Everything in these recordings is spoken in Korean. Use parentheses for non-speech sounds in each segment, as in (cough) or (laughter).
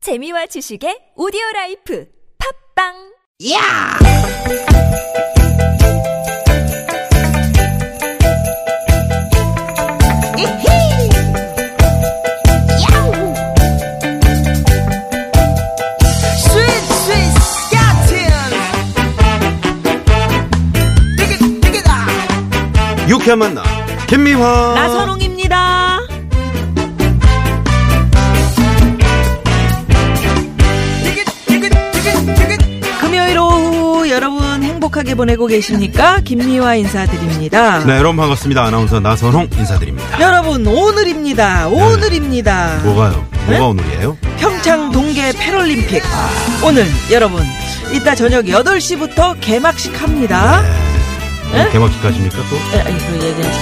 재미와 지식의 오디오 라이프 팝빵! 야! 이히! 야우! 스윗 스윗 스카틴! 띠깃 띠깃아! 유쾌한 만남 김미화 나선홍입니다. 띠깃 띠깃 띠깃 띠깃! 금요일 오후 여러분 행복하게 보내고 계십니까? 김미화 인사드립니다. 네 여러분 반갑습니다 아나운서 나선홍 인사드립니다 여러분 오늘입니다. 오늘입니다. 네. 뭐가요 네? 뭐가 오늘이에요 평창 동계 패럴림픽 오늘 여러분 이따 저녁 8시부터 개막식 합니다. 네? 개막식까지입니까 또 에, 아니 그 얘기하지.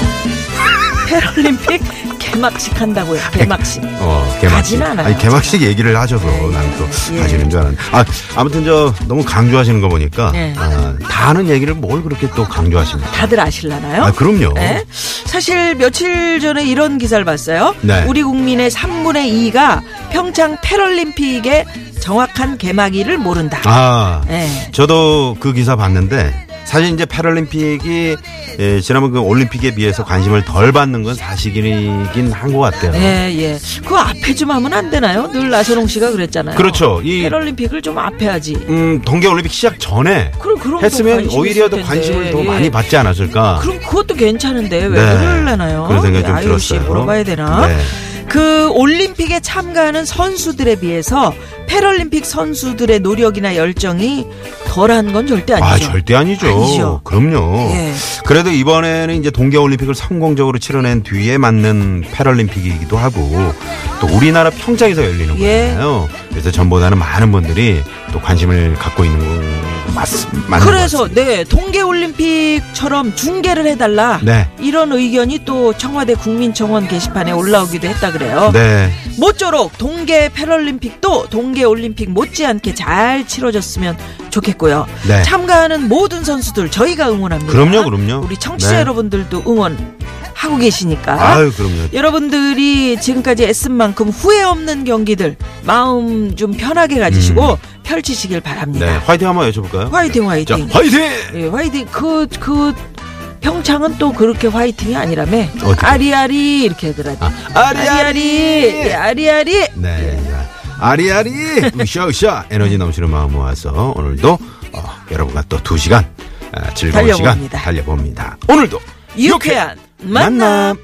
패럴림픽 개막식 한다고요. 개막식. 어, 개막식. 가진 않아요. 예. 아니, 개막식 얘기를 하셔서 나는 또 가시는 줄 알았는데. 아, 아무튼 저 너무 강조하시는 거 보니까 네. 아, 다 아는 얘기를 뭘 그렇게 또 강조하십니까? 다들 아실라나요? 아, 그럼요. 네? 사실 며칠 전에 이런 기사를 봤어요. 네. 우리 국민의 3분의 2가 평창 패럴림픽의 정확한 개막일을 모른다. 아, 네. 저도 그 기사 봤는데 사실 이제 패럴림픽이 예, 지난번 그 올림픽에 비해서 관심을 덜 받는 건 사실이긴 한 것 같아요. 예, 예. 그거 앞에 좀 하면 안 되나요? 늘 나선홍 씨가 그랬잖아요. 그렇죠. 이 패럴림픽을 좀 앞에 하지. 음, 동계올림픽 시작 전에 그럼, 그럼 더 했으면 관심이 오히려 있을 더 텐데. 관심을 더 예. 많이 받지 않았을까. 그럼 그것도 괜찮은데 왜 아. 네. 그러려나요? 그런 생각이 좀 IOC 들었어요. 물어봐야 되나? 네. 그 올림픽에 참가하는 선수들에 비해서 패럴림픽 선수들의 노력이나 열정이 덜한 건 절대 아니죠. 아, 절대 아니죠. 아니죠. 그럼요. 예. 그래도 이번에는 이제 동계올림픽을 성공적으로 치러낸 뒤에 맞는 패럴림픽이기도 하고 또 우리나라 평창에서 열리는 예. 거잖아요. 그래서 전보다는 많은 분들이 또 관심을 갖고 있는 거 맞, 맞는 것 그래서 네 동계올림픽처럼 중계를 해달라 네. 이런 의견이 또 청와대 국민청원 게시판에 올라오기도 했다 그래요. 같습니다. 네. 모쪼록 동계 패럴림픽도 동계올림픽 못지않게 잘 치러졌으면 좋겠고요. 네. 참가하는 모든 선수들 저희가 응원합니다. 그럼요, 그럼요. 우리 청취자 네. 여러분들도 응원하고 계시니까. 아유, 그럼요. 여러분들이 지금까지 애쓴 만큼 후회 없는 경기들 마음 좀 편하게 가지시고 펼치시길 바랍니다. 음. 네. 화이팅 한번 외쳐볼까요? 네. 화이팅 화이팅. 자, 화이팅! 예, 화이팅 그 그 평창은 또 그렇게 화이팅이 아니라며 어떻게? 아리아리 이렇게 하더라고요. 아, 아리아리 예, 아리아리 네. 아리아리 으쌰으쌰 에너지 넘치는 마음 모아서 오늘도 어, 여러분과 또 두 시간 아, 즐거운 시간 달려봅니다. 달려봅니다. 오늘도 유쾌한 만남.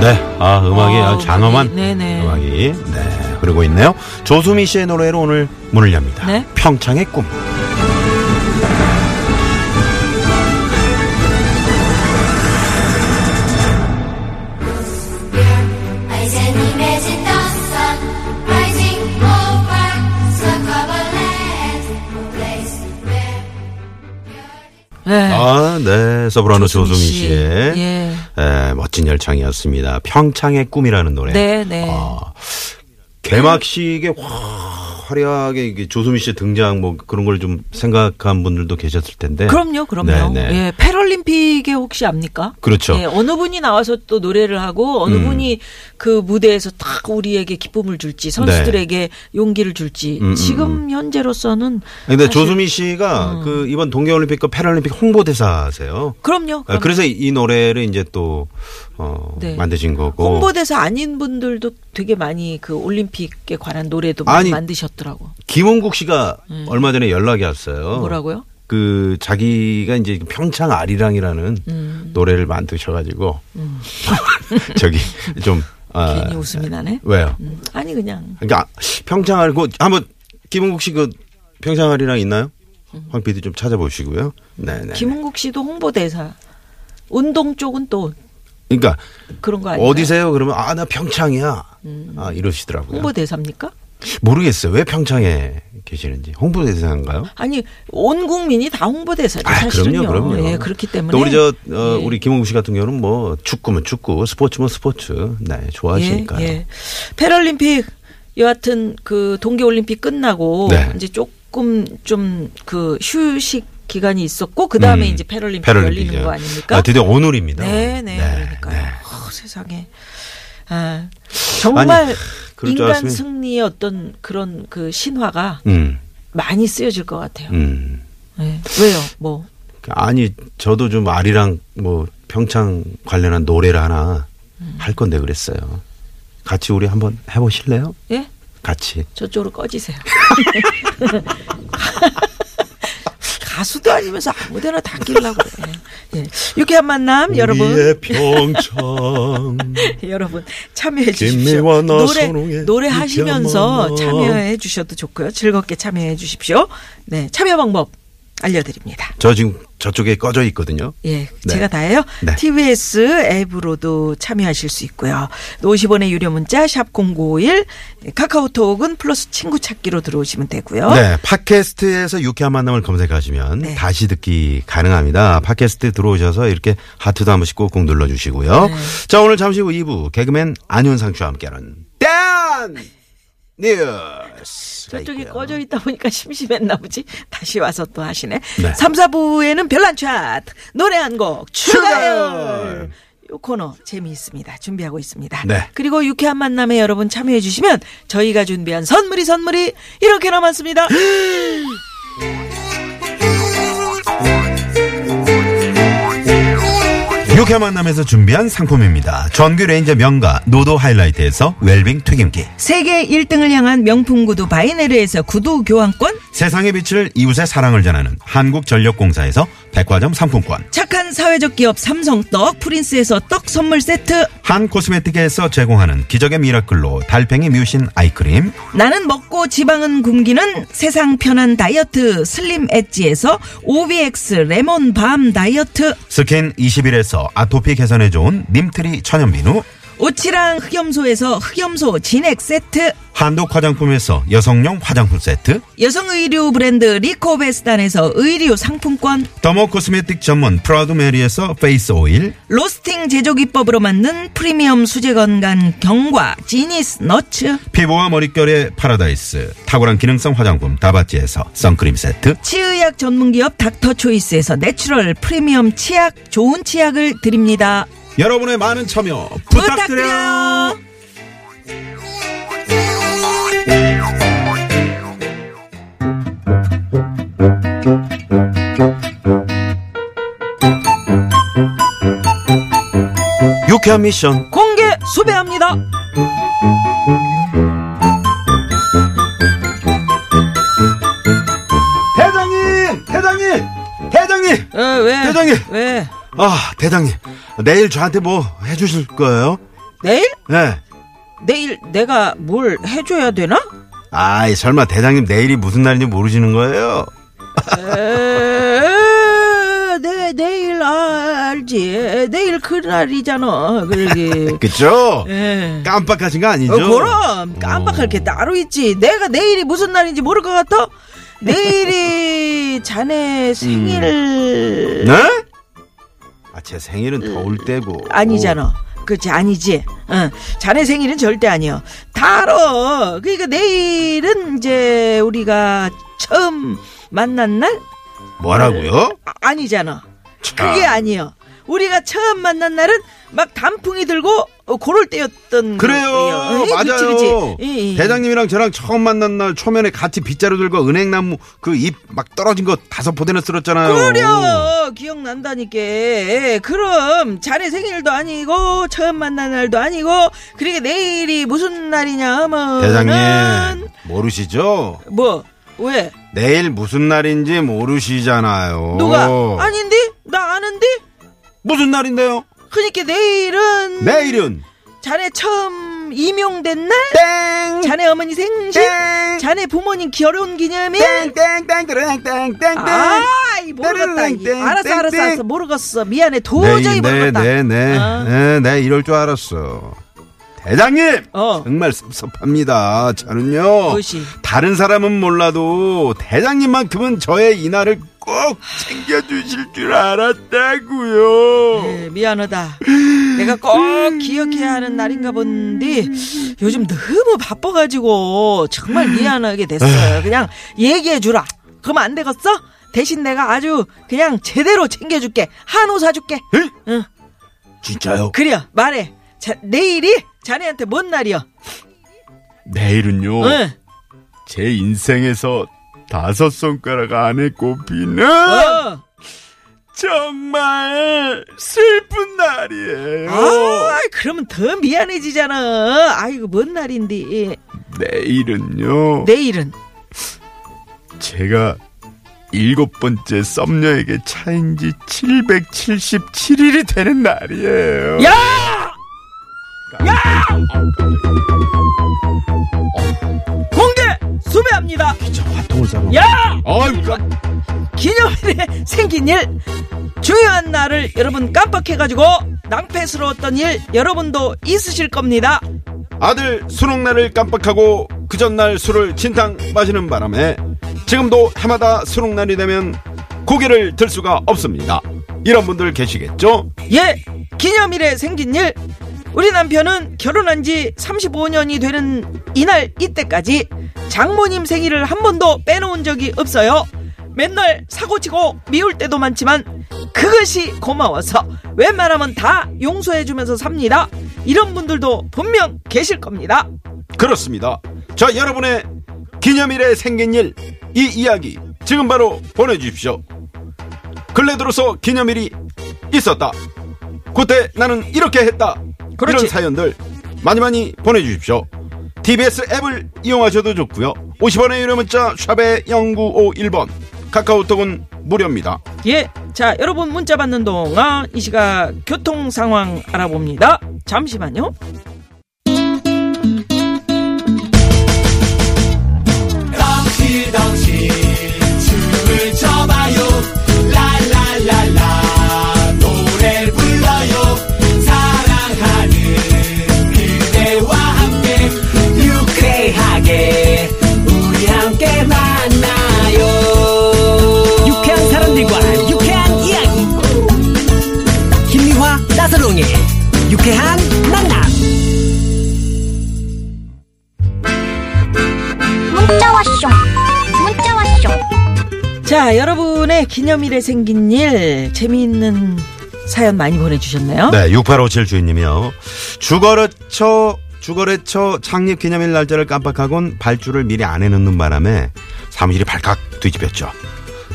네, 아 음악이 아, 아주 장엄한 네네. 음악이 네 그러고 있네요. 조수미 씨의 노래로 오늘 문을 엽니다. 네. 평창의 꿈. Rising image in the sun, rising over Sakabaland, a place where 네. 아, 네 서브라노 조수미, 조수미 씨. 씨의 예. 에, 멋진 열창이었습니다. 평창의 꿈이라는 노래. 네, 네. 아, 개막식에 화려하게 이게 조수미 씨의 등장 뭐 그런 걸 좀 생각한 분들도 계셨을 텐데. 그럼요, 그럼요. 네, 네. 예, 패럴림픽에 혹시 압니까? 그렇죠. 음. 예, 어느 분이 나와서 또 노래를 하고 어느 분이 그 무대에서 딱 우리에게 기쁨을 줄지 선수들에게 용기를 줄지 네. 음, 음, 지금 현재로서는 근데 사실- 음. 조수미 씨가 그 이번 동계올림픽과 패럴림픽 홍보대사세요. 그럼요. 아, 그럼요. 그래서 이- 이 노래를 이제 또 어, 네. 만드신 거고. 홍보대사 아닌 분들도 되게 많이 그 올림픽에 관한 노래도 아니. 많이 만드셨더라고. 김홍국 씨가 얼마 전에 연락이 왔어요. 음. 뭐라고요? 그 자기가 이제 평창 아리랑이라는 음. 노래를 만드셔가지고 (laughs) 저기 좀 아, 괜히 웃음이 나네. 왜요? 음, 아니 그냥 그러니까 평창 아리 그 한번 김홍국 씨 그 평창 아리랑 있나요? 황 PD 좀 찾아보시고요. 네네. 음. 김은국 씨도 홍보대사. 운동 쪽은 또 그러니까 그런 거 아니에요? 네. 음. 어디세요? 그러면 아 나 평창이야. 아 이러시더라고요. 홍보대사입니까? 모르겠어요. 왜 평창에 계시는지 홍보대사인가요? 아니 온 국민이 다 홍보대사죠 아, 사실은요. 그럼요, 그럼요. 예, 그렇기 때문에 또 우리 저 어, 예. 우리 김홍국 씨 같은 경우는 뭐 축구면 축구, 스포츠면 스포츠, 네 좋아하시니까요. 예, 예. 패럴림픽 여하튼 그 동계올림픽 끝나고 네. 이제 조금 좀 그 휴식 기간이 있었고 그 다음에 음, 이제 패럴림픽 패럴림픽이요. 열리는 거 아닙니까? 아, 드디어 오늘입니다. 네, 네, 네, 그러니까요. 네. 어, 세상에. 아, 정말 그럴 줄 인간 알았으면- 승리의 어떤 그런 그 신화가 음, 많이 쓰여질 것 같아요. 음. 네. 왜요? 뭐 아니 저도 좀 아리랑 뭐 평창 관련한 노래를 하나 음. 할 건데 그랬어요. 같이 우리 한번 해보실래요? 예? 같이. 저쪽으로 꺼지세요. (laughs) 가수도 아니면서 아무데나 다 끼려고 그래. 예. 유쾌한 만남 여러분 (laughs) 우리의 평창. 여러분 참여해 주십시오. 김미와 노래 나선홍의 노래 유쾌한 하시면서 만남. 참여해 주셔도 좋고요. 즐겁게 참여해 주십시오. 네, 참여 방법 알려드립니다. 저 지금 저쪽에 꺼져 있거든요. 예, 네. 제가 다예요. 네. TBS 앱으로도 참여하실 수 있고요. 50원의 유료 문자 샵 #051 카카오톡은 플러스 친구 찾기로 들어오시면 되고요. 네, 팟캐스트에서 유쾌한 만남을 검색하시면 네. 다시 듣기 가능합니다. 팟캐스트 들어오셔서 이렇게 하트도 한 번씩 꾹꾹 눌러주시고요. 네. 자, 오늘 잠시 후 2부 개그맨 안윤상 씨와 함께하는 댄 뉴스. 저쪽이 꺼져 있다 보니까 심심했나 보지. 다시 와서 또 하시네. 네. 삼 3, 4부에는 별난 차트 노래 한 곡 추가요. 추가열. 요 코너 재미있습니다. 준비하고 있습니다. 네. 그리고 유쾌한 만남에 여러분 참여해 주시면 저희가 준비한 선물이 선물이 (laughs) 이렇게나 많습니다. 유쾌한 만남에서 준비한 상품입니다. 전규 레인저 명가 노도 하이라이트에서 웰빙 튀김기. 세계 1등을 향한 명품 구두 바이네르에서 구두 교환권, 세상의 빛을 이웃의 사랑을 전하는 한국전력공사에서 백화점 상품권. 착한 사회적 기업 삼성떡 프린스에서 떡 선물 세트, 한 코스메틱에서 제공하는 기적의 미라클로 달팽이 뮤신 아이크림. 나는 먹고 지방은 굶기는 세상 편한 다이어트 슬림 엣지에서 OBX 레몬 밤 다이어트 스킨 21에서 아토피 개선에 좋은 님트리 천연비누 오치랑 흑염소에서 흑염소 진액 세트 한독 화장품에서 여성용 화장품 세트 여성 의류 브랜드 리코베스단에서 의류 상품권 더모 코스메틱 전문 프라우드 메리에서 페이스 오일 로스팅 제조 기법으로 만든 프리미엄 수제 건강 경과 지니스 너츠 피부와 머릿결의 파라다이스 탁월한 기능성 화장품 다바찌에서 선크림 세트 치의학 전문기업 닥터초이스에서 내추럴 프리미엄 치약 좋은 치약을 드립니다 여러분의 많은 참여 부탁드려요 부탁드려요. 유쾌한 미션 공개 수배합니다. 대장님 대장님 대장님 에, 왜? 대장님! 왜? 아 대장님 내일 저한테 뭐 해주실 거예요 내일? 네. 내일 내가 뭘 해줘야 되나? 아이 설마 대장님 내일이 무슨 날인지 모르시는 거예요 에, 내, 내일 아, 알지. 에, 내일 그날이잖아. 그러게. 그쵸? 예. 깜빡하신 거 아니죠? 어, 그럼 깜빡할 게 따로 있지. 내가 내일이 무슨 날인지 모를 것 같아? 내일이 자네 생일 네? 아, 제 생일은 더울 때고. 어. 아니잖아. 그렇지 아니지. 응. 자네 생일은 절대 아니요. 다 알아. 그러니까 내일은 이제 우리가 처음 만난 날 뭐라고요? 아, 아니잖아. 참. 그게 아니요. 우리가 처음 만난 날은 막 단풍이 들고 어, 그럴 때였던 거예요. 그래요. 에이, 그치, 그치. 맞아요. 예, 예. 대장님이랑 저랑 처음 만난 날 초면에 같이 빗자루 들고 은행나무 그 잎 막 떨어진 거 다섯 포대나 쓸었잖아요. 그려 기억난다니까 예, 그럼 자네 생일도 아니고 처음 만난 날도 아니고 그러게 내일이 무슨 날이냐 하면 대장님 모르시죠? 뭐왜 내일 무슨 날인지 모르시잖아요. 누가 아닌데 나 아는데 무슨 날인데요? 그러니까 내일은 내일은 자네 처음 임용된 날 땡 자네 어머니 생신 땡! 자네 부모님 결혼 기념일 땡땡땡땡땡땡땡 아이 모르겠다 이. 땡, 알았어 땡, 알았어 땡. 알았어 모르겠어 미안해 도저히 네, 네, 모르겠다 아. 네, 네, 네, 네, 이럴 줄 알았어. 대장님, 어. 정말 섭섭합니다. 저는요, 무엇이? 다른 사람은 몰라도 대장님만큼은 저의 이날을 꼭 챙겨주실 줄 알았다고요. 네, 미안하다. 내가 꼭 기억해야 하는 날인가 본데 요즘 너무 바빠가지고 정말 미안하게 됐어요. 그냥 얘기해 주라. 그럼 안 되겠어? 대신 내가 아주 그냥 제대로 챙겨줄게. 한우 사줄게. 에이? 응, 진짜요? 그래 말해. 자, 내일이 자네한테 뭔 날이야? 어. 내일은요 응. 제 인생에서 다섯 손가락 안에 꼽히는 어. 정말 슬픈 날이에요. 아, 그러면 더 미안해지잖아. 아이고, 뭔 날인데. 내일은요. 내일은. 제가 일곱 번째 썸녀에게 차인 지 777일이 되는 날이에요. 야! 공개 수배합니다. 진짜 화통을 쏴. 야! 아이, 깜- 기념일에 (laughs) 생긴 일 중요한 날을 여러분 깜빡해가지고 낭패스러웠던 일 여러분도 있으실 겁니다 아들 수능날을 깜빡하고 그 전날 술을 진탕 마시는 바람에 지금도 해마다 수능날이 되면 고개를 들 수가 없습니다. 이런 분들 계시겠죠? 예 기념일에 생긴 일 우리 남편은 결혼한 지 35년이 되는 이날 이때까지 장모님 생일을 한 번도 빼놓은 적이 없어요 맨날 사고치고 미울 때도 많지만 그것이 고마워서 웬만하면 다 용서해주면서 삽니다 이런 분들도 분명 계실 겁니다 그렇습니다. 자, 여러분의 기념일에 생긴 일, 이 이야기 지금 바로 보내주십시오. 근래 들어서 기념일이 있었다. 그때 나는 이렇게 했다. 그렇지. 이런 사연들 많이 많이 보내주십시오. TBS 앱을 이용하셔도 좋고요. 50원의 유료 문자 샵의 0951번 카카오톡은 무료입니다. 예, 자 여러분 문자 받는 동안 이 시각 교통 상황 알아봅니다. 잠시만요. 유쾌하게 우리 함께 만나요 유쾌한 사람들과 유쾌한 이야기 김미화 나서롱의 유쾌한 만남 문자 왔쇼 문자 왔쇼 자 여러분의 기념일에 생긴 일 재미있는 사연 많이 보내주셨네요. 네, 6857 주인님이요. 주거래처, 주거래처 창립 기념일 날짜를 깜빡하곤 발주를 미리 안 해놓는 바람에 사무실이 발칵 뒤집혔죠.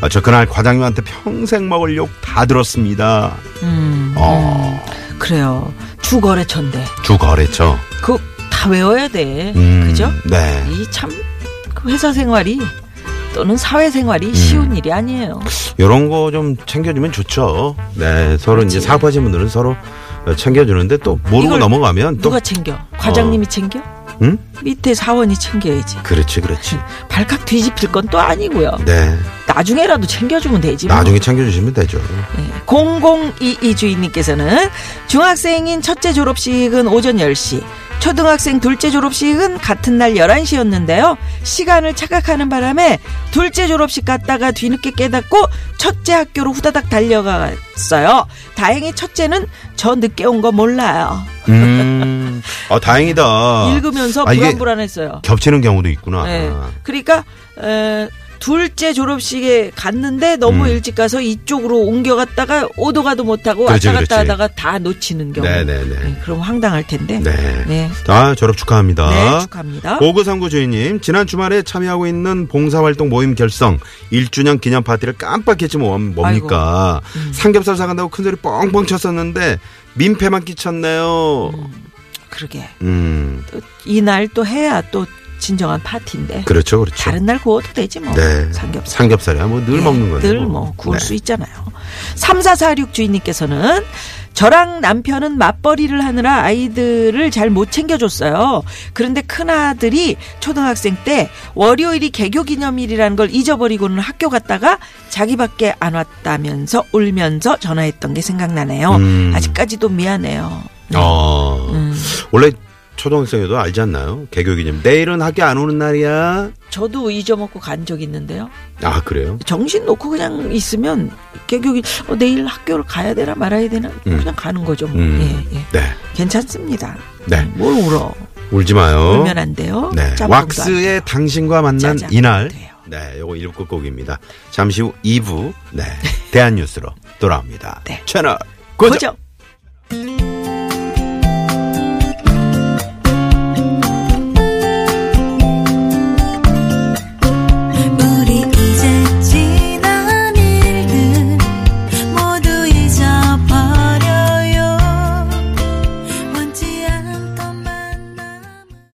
아, 저 그날 과장님한테 평생 먹을 욕 다 들었습니다. 음, 어, 그래요. 주거래처인데 주거래처. 그 다 외워야 돼. 음, 그죠? 네. 이 참그 회사 생활이 또는 사회 생활이 음. 쉬운 일이 아니에요. 요런 거 좀 챙겨주면 좋죠. 네, 서로 이제 사업하시는 분들은 서로 챙겨주는데 또 모르고 이걸 넘어가면 또. 어. 누가 챙겨? 과장님이 챙겨? 응? 밑에 사원이 챙겨야지. 그렇지, (laughs) 그렇지. 발칵 뒤집힐 건 또 아니고요. 네. 나중에라도 챙겨주면 되지. 뭐. 나중에 챙겨주시면 되죠. 0022 주인님께서는 중학생인 첫째 졸업식은 오전 10시, 초등학생 둘째 졸업식은 같은 날 11시였는데요. 시간을 착각하는 바람에 둘째 졸업식 갔다가 뒤늦게 깨닫고 첫째 학교로 후다닥 달려갔어요. 다행히 첫째는 저 늦게 온 거 몰라요. (laughs) 음. 아, 다행이다. 읽으면서 아, 이게 불안불안했어요. 겹치는 경우도 있구나. 아. 예. 그러니까 에, 둘째 졸업식에 갔는데 너무 음. 일찍 가서 이쪽으로 옮겨갔다가 오도 가도 못하고 그렇지, 왔다 갔다 그렇지. 하다가 다 놓치는 경우. 네네네. 예, 그럼 황당할 텐데. 네. 네. 아, 어? 졸업 축하합니다. 네, 축하합니다. 오구상구 주인님, 지난 주말에 참여하고 있는 봉사활동 모임 결성 1주년 기념 파티를 깜빡했지 뭐, 뭡니까. 음. 삼겹살 사간다고 큰소리 뻥뻥 쳤었는데, 민폐만 끼쳤네요. 음, 그러게 이날 또 해야 또 진정한 파티인데. 그렇죠, 그렇죠. 다른 날 구워도 되지 뭐. 네. 삼겹살. 삼겹살이야, 뭐, 늘 먹는 거예요. 늘뭐 구울 네. 수 있잖아요. 3446 주인님께서는 저랑 남편은 맞벌이를 하느라 아이들을 잘 못 챙겨줬어요. 그런데 큰아들이 초등학생 때 월요일이 개교 기념일이라는 걸 잊어버리고는 학교 갔다가 자기밖에 안 왔다면서 울면서 전화했던 게 생각나네요. 음. 아직까지도 미안해요. 어. 음. 원래 초등학생에도 알지 않나요? 개교 기념. 내일은 학교 안 오는 날이야. 저도 잊어먹고 간 적 있는데요. 아, 그래요? 정신 놓고 그냥 있으면 개교기 어, 내일 학교를 가야 되나 말아야 되나 그냥 가는 거죠. 뭐. 음. 예, 예. 네. 괜찮습니다. 네. 뭘 울어? 울지 마요. 울면 안 돼요. 네. 짬뽕도 안 돼요. 왁스의 당신과 만난 짜장도 안 이날. 돼요. 네, 요거 1부 (laughs) 끝곡입니다. 잠시 후 2부, 네. 대한뉴스로 돌아옵니다. 네. 채널 고정! 고정.